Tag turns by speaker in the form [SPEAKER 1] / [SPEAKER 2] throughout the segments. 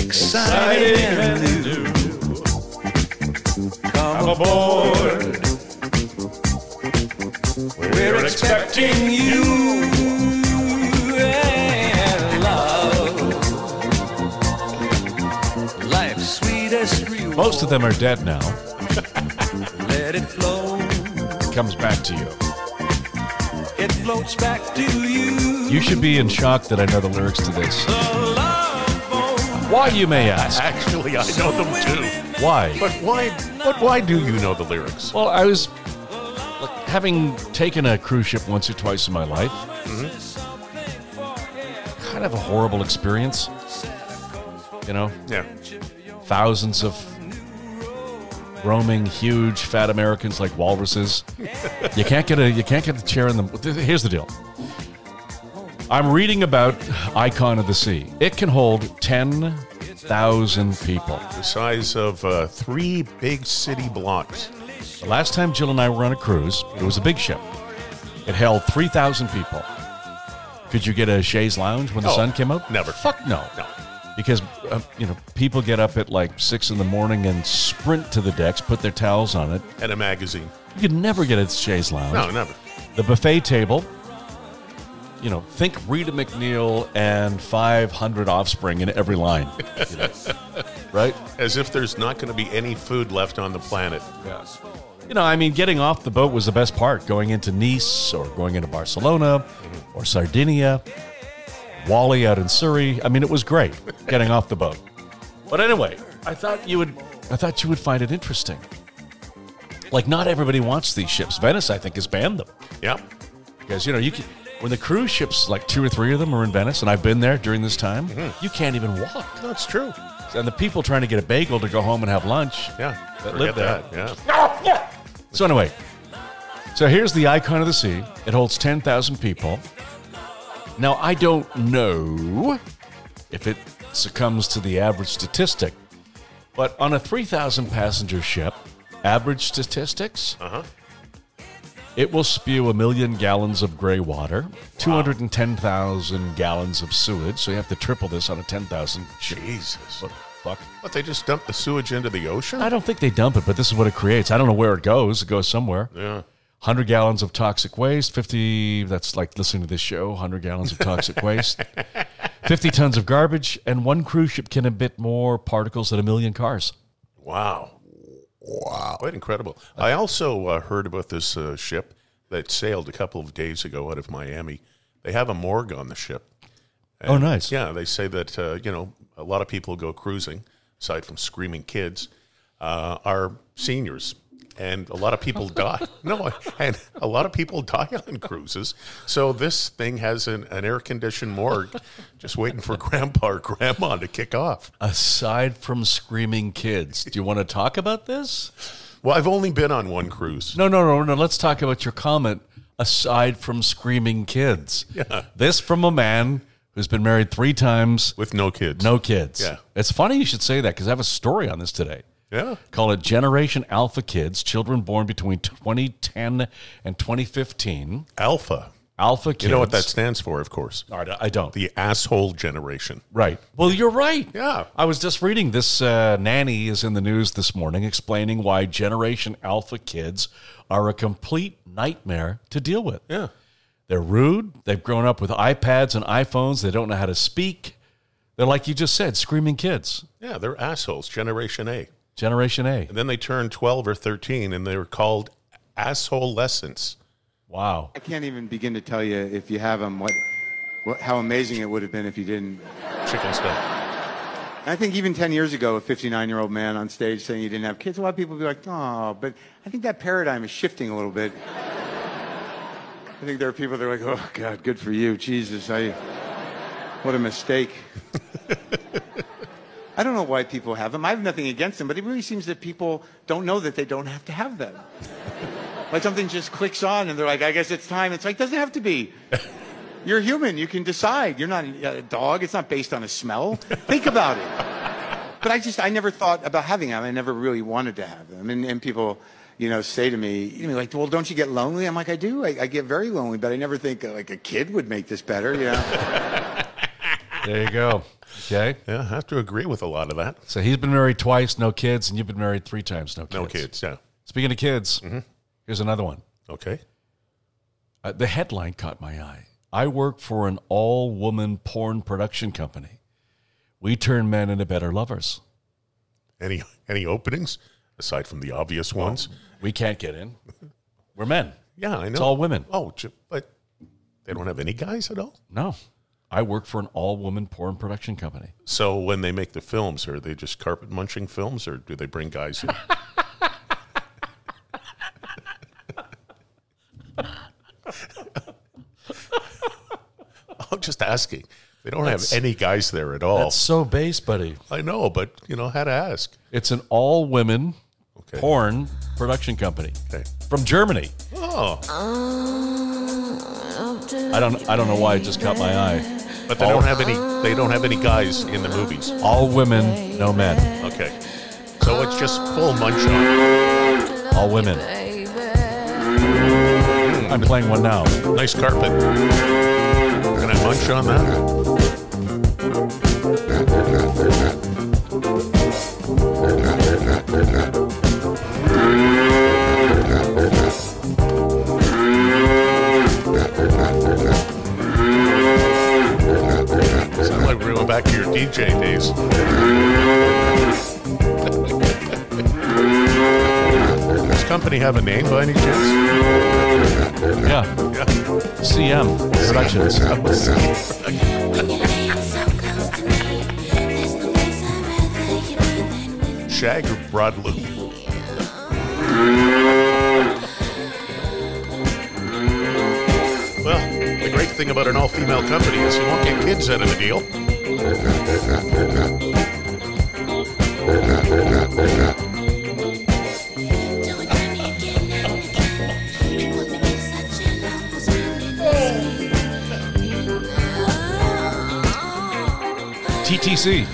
[SPEAKER 1] exciting and new. Come aboard. We're expecting you. and love. Life's sweetest reward.
[SPEAKER 2] Most of them are dead now.
[SPEAKER 1] Let it flow.
[SPEAKER 2] Comes back to you.
[SPEAKER 1] It floats back to you.
[SPEAKER 2] You should be in shock that I know the lyrics to this.
[SPEAKER 1] The love boat.
[SPEAKER 2] Why, you may ask?
[SPEAKER 3] Actually, I know them too.
[SPEAKER 2] Why?
[SPEAKER 3] But why? But why do you know the lyrics?
[SPEAKER 2] Well, I was like, having taken a cruise ship once or twice in my life.
[SPEAKER 1] Mm-hmm.
[SPEAKER 2] Kind of a horrible experience. You know,
[SPEAKER 3] Yeah.
[SPEAKER 2] thousands of roaming huge fat Americans like walruses. you can't get a you can't get a chair in them. Here's the deal. I'm reading about Icon of the Sea. It can hold 10,000 people.
[SPEAKER 3] The size of uh, three big city blocks.
[SPEAKER 2] The last time Jill and I were on a cruise, it was a big ship. It held 3,000 people. Could you get a chaise lounge when the
[SPEAKER 3] Oh,
[SPEAKER 2] sun came up?
[SPEAKER 3] never.
[SPEAKER 2] Fuck no.
[SPEAKER 3] No.
[SPEAKER 2] Because, uh, you know, people get up at like 6 in the morning and sprint to the decks, put their towels on it.
[SPEAKER 3] And a magazine.
[SPEAKER 2] You could never get a chaise lounge.
[SPEAKER 3] No, never.
[SPEAKER 2] The buffet table, you know, think Rita McNeil and 500 offspring in every line. you know, right?
[SPEAKER 3] As if there's not going to be any food left on the planet.
[SPEAKER 2] You know, I mean, getting off the boat was the best part. Going into Nice or going into Barcelona or Sardinia, Wally out in Surrey. I mean, it was great getting off the boat. But anyway, I thought you would, I thought you would find it interesting. Like, not everybody wants these ships. Venice, I think, has banned them
[SPEAKER 3] Yeah.
[SPEAKER 2] because you know you can. When the cruise ships, like two or three of them, are in Venice, and I've been there during this time, you can't even walk.
[SPEAKER 3] That's Mm-hmm. true.
[SPEAKER 2] And the people trying to get a bagel to go home and have lunch,
[SPEAKER 3] Yeah.
[SPEAKER 2] that
[SPEAKER 3] Forget
[SPEAKER 2] live there,
[SPEAKER 3] that. Yeah.
[SPEAKER 2] so anyway, so here's the icon of the sea. It holds 10,000 people. Now, I don't know if it succumbs to the average statistic, but on a 3,000 passenger ship, average statistics,
[SPEAKER 3] Uh-huh.
[SPEAKER 2] it will spew a million gallons of gray water, 210,000 gallons of sewage. So you have to triple this on a 10,000 ship.
[SPEAKER 3] Jesus.
[SPEAKER 2] What the fuck?
[SPEAKER 3] But they just dump the sewage into the ocean?
[SPEAKER 2] I don't think they dump it, but this is what it creates. I don't know where it goes. It goes somewhere.
[SPEAKER 3] yeah.
[SPEAKER 2] 100 gallons of toxic waste, 50, that's like listening to this show, 100 gallons of toxic waste, 50 tons of garbage, and one cruise ship can emit more particles than a million cars.
[SPEAKER 3] Wow. Wow. Quite incredible. I also uh, heard about this uh, ship that sailed a couple of days ago out of Miami. They have a morgue on the ship.
[SPEAKER 2] oh, nice.
[SPEAKER 3] Yeah, they say that, uh, you know, a lot of people who go cruising, aside from screaming kids, uh, are seniors. And a lot of people die. No, and a lot of people die on cruises. So this thing has an, an air conditioned morgue just waiting for grandpa or grandma to kick off.
[SPEAKER 2] Aside from screaming kids, do you want to talk about this?
[SPEAKER 3] Well, I've only been on one cruise.
[SPEAKER 2] No, no, no, no. Let's talk about your comment. Aside from screaming kids.
[SPEAKER 3] Yeah.
[SPEAKER 2] This from a man who's been married three times,
[SPEAKER 3] With no kids.
[SPEAKER 2] no kids.
[SPEAKER 3] Yeah.
[SPEAKER 2] It's funny you should say that because I have a story on this today.
[SPEAKER 3] Yeah.
[SPEAKER 2] Call it Generation Alpha Kids, children born between 2010 and 2015.
[SPEAKER 3] Alpha.
[SPEAKER 2] Alpha kids.
[SPEAKER 3] You know what that stands for, of course.
[SPEAKER 2] All right, I don't.
[SPEAKER 3] The asshole generation.
[SPEAKER 2] right. Well, you're right.
[SPEAKER 3] Yeah.
[SPEAKER 2] I was just reading this. Uh, nanny is in the news this morning explaining why Generation Alpha kids are a complete nightmare to deal with.
[SPEAKER 3] Yeah.
[SPEAKER 2] They're rude. They've grown up with iPads and iPhones. They don't know how to speak. They're like you just said, screaming kids.
[SPEAKER 3] Yeah, they're assholes, Generation A.
[SPEAKER 2] Generation A.
[SPEAKER 3] And then they turned 12 or 13 and they were called assholescents.
[SPEAKER 2] Wow.
[SPEAKER 4] I can't even begin to tell you if you have them what, what how amazing it would have been if you didn't.
[SPEAKER 3] Chicken stuff.
[SPEAKER 4] And I think even 10 years ago, a 59 year old man on stage saying you didn't have kids, a lot of people would be like, oh, but I think that paradigm is shifting a little bit. I think there are people that are like, oh, God, good for you. Jesus, I, what a mistake. I don't know why people have them. I have nothing against them, but it really seems that people don't know that they don't have to have them. like something just clicks on and they're like, I guess it's time. It's like, doesn't have to be. You're human. You can decide. You're not a dog. It's not based on a smell. Think about it. But I just, I never thought about having them. I never really wanted to have them. And, and people, you know, say to me, you know, like, well, don't you get lonely? I'm like, I do. I, I get very lonely, but I never think uh, like a kid would make this better, you know?
[SPEAKER 2] There you go. Okay.
[SPEAKER 3] Yeah, I have to agree with a lot of that.
[SPEAKER 2] So he's been married twice, no kids, and you've been married three times, no kids.
[SPEAKER 3] No kids. Mm-hmm. Yeah.
[SPEAKER 2] Speaking of kids, here's another one.
[SPEAKER 3] Okay.
[SPEAKER 2] Uh, the headline caught my eye. I work for an all woman porn production company. We turn men into better lovers.
[SPEAKER 3] Any any openings aside from the obvious ones?
[SPEAKER 2] We can't get in. We're men.
[SPEAKER 3] Yeah, I know.
[SPEAKER 2] It's all women.
[SPEAKER 3] Oh, j- but they don't have any guys at all.
[SPEAKER 2] No. I work for an all woman porn production company.
[SPEAKER 3] So when they make the films, are they just carpet munching films, or do they bring guys in? I'm just asking. They don't have any guys there at all.
[SPEAKER 2] That's so base, buddy.
[SPEAKER 3] I know, but you know how to ask.
[SPEAKER 2] It's an all women
[SPEAKER 3] Okay.
[SPEAKER 2] porn production company
[SPEAKER 3] Okay.
[SPEAKER 2] from Germany.
[SPEAKER 3] Oh,
[SPEAKER 2] I don't I don't know why it just caught my eye.
[SPEAKER 3] but they don't have any. They don't have any guys in the movies.
[SPEAKER 2] All women, no men.
[SPEAKER 3] Okay, so it's just full munch.
[SPEAKER 2] All women. I'm playing one now.
[SPEAKER 3] Nice carpet. You're gonna munch on that. Sound like we're going back to your DJ days. Does company have a name by any chance?
[SPEAKER 2] Yeah. CM Productions.
[SPEAKER 3] Shag or Broadloop? Well, the great thing about an all female company is you won't get kids out of the deal.
[SPEAKER 2] TTC.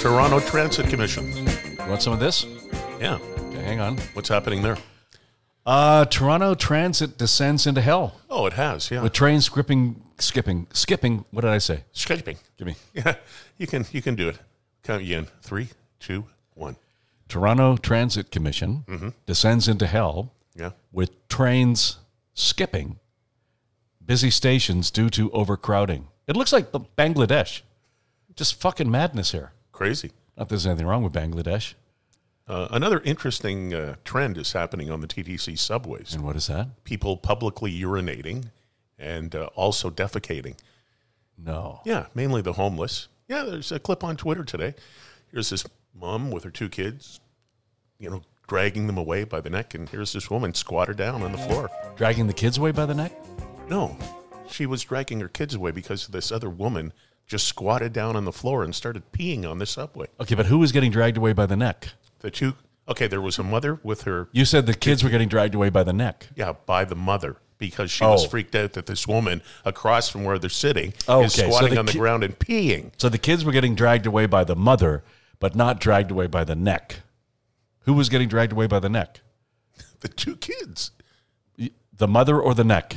[SPEAKER 3] Toronto Transit Commission.
[SPEAKER 2] You want some of this?
[SPEAKER 3] Yeah.
[SPEAKER 2] Okay, hang on.
[SPEAKER 3] What's happening there?
[SPEAKER 2] Uh, Toronto Transit descends into hell
[SPEAKER 3] Oh, it has. Yeah.
[SPEAKER 2] with trains skipping, skipping, skipping. What did I say?
[SPEAKER 3] Skipping.
[SPEAKER 2] Give me.
[SPEAKER 3] Yeah. You can you can do it. Count you in. Three, two, one.
[SPEAKER 2] Toronto Transit Commission descends into hell
[SPEAKER 3] Yeah.
[SPEAKER 2] with trains skipping busy stations due to overcrowding. It looks like B- Bangladesh. Just fucking madness here.
[SPEAKER 3] Crazy.
[SPEAKER 2] Not that there's anything wrong with Bangladesh.
[SPEAKER 3] Uh, another interesting uh, trend is happening on the TTC subways.
[SPEAKER 2] And what is that?
[SPEAKER 3] People publicly urinating and uh, also defecating.
[SPEAKER 2] No.
[SPEAKER 3] Yeah, mainly the homeless. Yeah, there's a clip on Twitter today. Here's this mom with her two kids, you know, dragging them away by the neck, and here's this woman squatted down on the floor.
[SPEAKER 2] Dragging the kids away by the neck?
[SPEAKER 3] No, she was dragging her kids away because this other woman just squatted down on the floor and started peeing on the subway.
[SPEAKER 2] Okay, but who was getting dragged away by the neck?
[SPEAKER 3] The two, okay, there was a mother with her,
[SPEAKER 2] You said the kids were getting dragged away by the neck.
[SPEAKER 3] yeah, by the mother because she was
[SPEAKER 2] Oh.
[SPEAKER 3] freaked out that this woman across from where they're sitting
[SPEAKER 2] Oh,
[SPEAKER 3] is
[SPEAKER 2] okay, so
[SPEAKER 3] squatting
[SPEAKER 2] the
[SPEAKER 3] on the
[SPEAKER 2] ki-
[SPEAKER 3] ground and peeing.
[SPEAKER 2] So the kids were getting dragged away by the mother, but not dragged away by the neck. Who was getting dragged away by the neck?
[SPEAKER 3] The two kids.
[SPEAKER 2] The mother or the neck?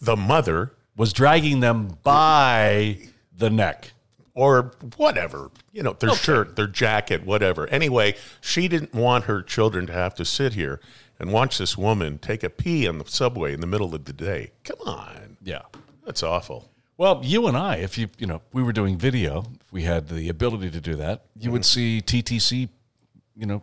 [SPEAKER 3] The mother
[SPEAKER 2] Was dragging them by the neck.
[SPEAKER 3] or whatever, you know, their shirt, their jacket, whatever. Anyway, she didn't want her children to have to sit here and watch this woman take a pee on the subway in the middle of the day. Come on.
[SPEAKER 2] Yeah.
[SPEAKER 3] That's awful.
[SPEAKER 2] Well, you and I, if you you know, we were doing video, if we had the ability to do that, you would see TTC, you know,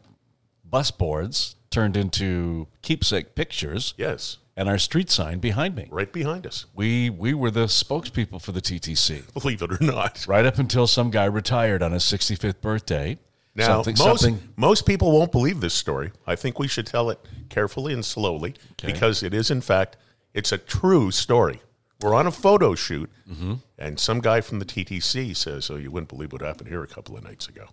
[SPEAKER 2] bus boards turned into keepsake pictures
[SPEAKER 3] Yes,
[SPEAKER 2] and our street sign behind me.
[SPEAKER 3] right behind us.
[SPEAKER 2] We we were the spokespeople for the TTC.
[SPEAKER 3] Believe it or not.
[SPEAKER 2] right up until some guy retired on his 65th birthday.
[SPEAKER 3] Now,
[SPEAKER 2] something,
[SPEAKER 3] most,
[SPEAKER 2] something.
[SPEAKER 3] most people won't believe this story. I think we should tell it carefully and slowly because it is, in fact, it's a true story. We're on a photo shoot,
[SPEAKER 2] Mm-hmm.
[SPEAKER 3] and some guy from the TTC says, "Oh, you wouldn't believe what happened here a couple of nights ago."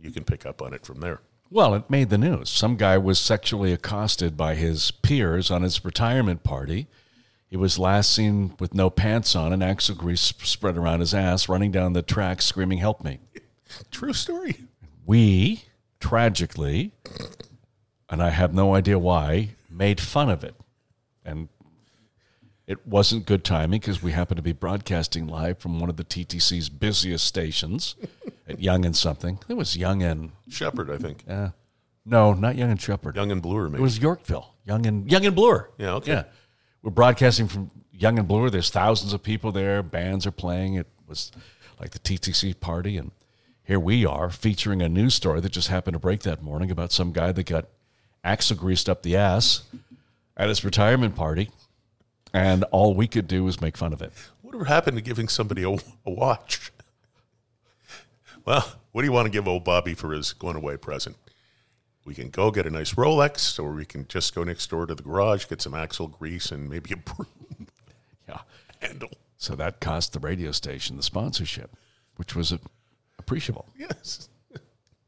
[SPEAKER 3] You can pick up on it from there.
[SPEAKER 2] Well, it made the news. Some guy was sexually accosted by his peers on his retirement party. He was last seen with no pants on and axle grease sp- spread around his ass, running down the track screaming, Help me.
[SPEAKER 3] True story.
[SPEAKER 2] We, tragically, and I have no idea why, made fun of it. And It wasn't good timing because we happened to be broadcasting live from one of the TTC's busiest stations at Young and something. It was Young and
[SPEAKER 3] Shepherd, I think.
[SPEAKER 2] no, not Young and Shepherd.
[SPEAKER 3] Young and Bluer,
[SPEAKER 2] It
[SPEAKER 3] maybe.
[SPEAKER 2] was Yorkville. Young and Young and Bluer.
[SPEAKER 3] Yeah, okay.
[SPEAKER 2] Yeah. We're broadcasting from Young and Bluer. There's thousands of people there. Bands are playing. It was like the TTC party. And here we are featuring a news story that just happened to break that morning about some guy that got axle greased up the ass at his retirement party. And all we could do was make fun of it.
[SPEAKER 3] Whatever happened to giving somebody a, a watch? Well, what do you want to give old Bobby for his going away present? We can go get a nice Rolex, or we can just go next door to the garage, get some axle grease, and maybe a broom
[SPEAKER 2] Yeah.
[SPEAKER 3] handle.
[SPEAKER 2] So that cost the radio station the sponsorship, which was uh, appreciable.
[SPEAKER 3] Yes.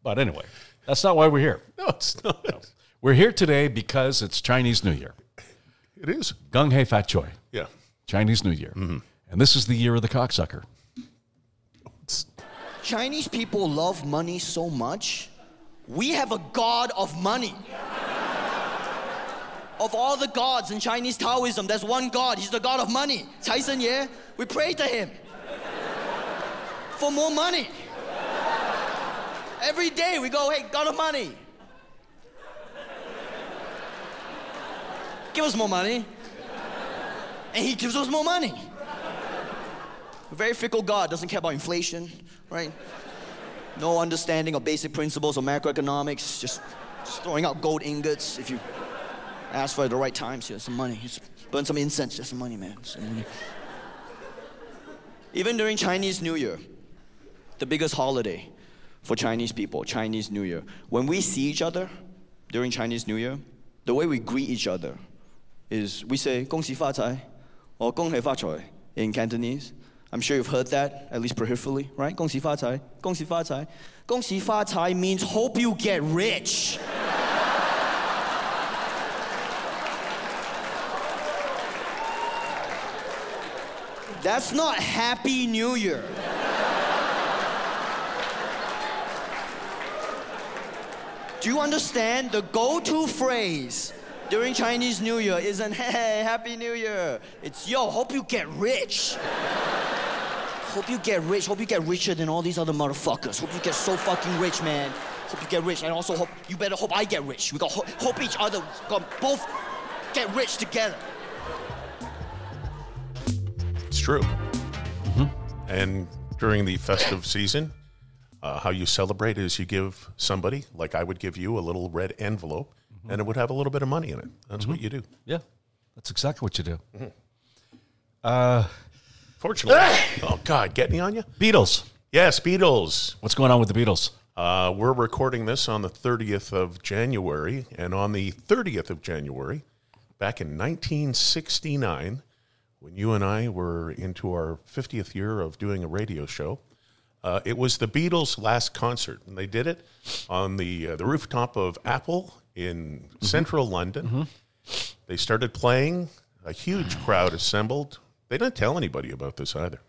[SPEAKER 2] But anyway, that's not why we're here.
[SPEAKER 3] No, it's not.
[SPEAKER 2] We're here today because it's Chinese New Year.
[SPEAKER 3] It is.
[SPEAKER 2] Gung Hei Fat Choi,
[SPEAKER 3] Yeah.
[SPEAKER 2] Chinese New Year. And this is the year of the cocksucker.
[SPEAKER 3] It's,
[SPEAKER 5] Chinese people love money so much, we have a god of money. Of all the gods in Chinese Taoism, there's one god. He's the god of money. Cai Sen Ye, we pray to him for more money. Every day we go, hey, god of money, give us more money. And he gives us more money. A very fickle God doesn't care about inflation, right? No understanding of basic principles of macroeconomics, just, just throwing out gold ingots. If you ask for it at the right times, here's some money. Just burn some incense, there's some money, man. Some money. Even during Chinese New Year, the biggest holiday for Chinese people, Chinese New Year, when we see each other during Chinese New Year, the way we greet each other is we say, 恭喜发财 or 恭喜发财 in Cantonese. I'm sure you've heard that, at least peripherally, right? 恭喜发财,恭喜发财.恭喜发财 means hope you get rich. That's not Happy New Year. Do you understand? The go to phrase during Chinese New Year isn't, hey, Happy New Year. It's, yo, hope you get rich. hope you get rich. Hope you get richer than all these other motherfuckers. Hope you get so fucking rich, man. Hope you get rich. And also, hope you better hope I get rich. We got ho- hope each other, got both get rich together.
[SPEAKER 3] it's true. And during the festive season, uh, how you celebrate is you give somebody, like I would give you, a little red envelope, and it would have a little bit of money in it. That's what you do.
[SPEAKER 2] Yeah. That's exactly what you do.
[SPEAKER 3] Fortunately. oh, God, get me on you?
[SPEAKER 2] Beatles.
[SPEAKER 3] Yes, Beatles.
[SPEAKER 2] What's going on with the Beatles?
[SPEAKER 3] Uh, we're recording this on the 30th of January, and on the 30th of January, back in 1969, when you and I were into our 50th year of doing a radio show, uh, it was the Beatles' last concert, and they did it on the uh, the rooftop of Apple in central London. They started playing, a huge crowd assembled. They didn't tell anybody about this either,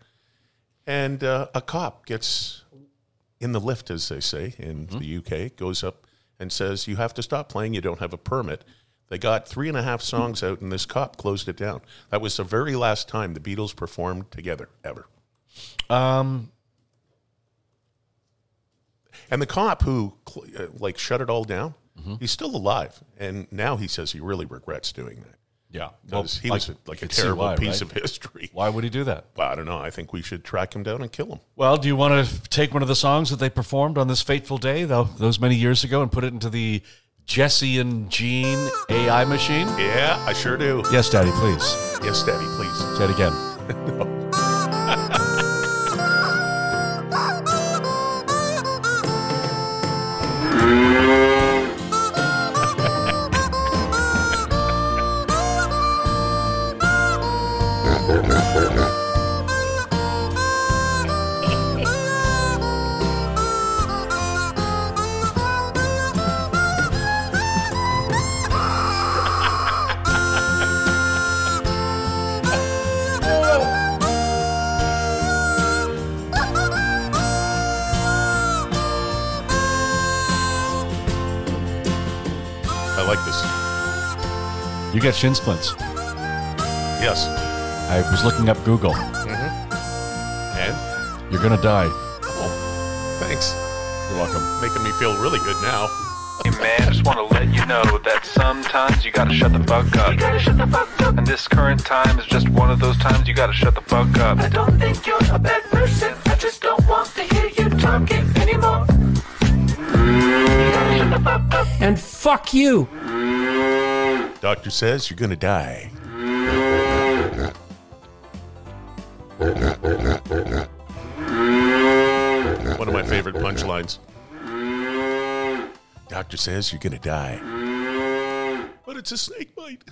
[SPEAKER 3] and uh, a cop gets in the lift, as they say in
[SPEAKER 2] Mm-hmm.
[SPEAKER 3] the UK, goes up and says, "You have to stop playing. You don't have a permit." They got three and a half songs out, and this cop closed it down. That was the very last time the Beatles performed together ever.
[SPEAKER 2] Um,
[SPEAKER 3] And the cop who cl- uh, like shut it all down,
[SPEAKER 2] Mm-hmm.
[SPEAKER 3] he's still alive, and now he says he really regrets doing that
[SPEAKER 2] yeah.
[SPEAKER 3] because he was a- like a
[SPEAKER 2] could see
[SPEAKER 3] terrible
[SPEAKER 2] why, right?
[SPEAKER 3] piece of history.
[SPEAKER 2] Why would he do that?
[SPEAKER 3] Well, I don't know. I think we should track him down and kill him.
[SPEAKER 2] Well, do you want to take one of the songs that they performed on this fateful day, though, those many years ago, and put it into the Jesse and Gene AI machine?
[SPEAKER 3] Yeah, I sure do.
[SPEAKER 2] Yes, Daddy, please.
[SPEAKER 3] Yes, Daddy, please.
[SPEAKER 2] Say it again.
[SPEAKER 3] I like this.
[SPEAKER 2] You got shin splints.
[SPEAKER 3] Yes,
[SPEAKER 2] I was looking up Google.
[SPEAKER 3] And
[SPEAKER 2] You're gonna die.
[SPEAKER 3] Oh. thanks.
[SPEAKER 2] You're welcome.
[SPEAKER 3] Making me feel really good now.
[SPEAKER 6] Hey man, just want to let you know that sometimes you gotta shut the fuck up. And this current time is just one of those times you gotta shut the fuck up.
[SPEAKER 7] I don't think you're a bad person. I just don't want to hear you talking anymore.
[SPEAKER 8] And fuck you.
[SPEAKER 3] Doctor says you're going to die. One of my favorite punchlines. Doctor says you're going to die. But it's a snake bite.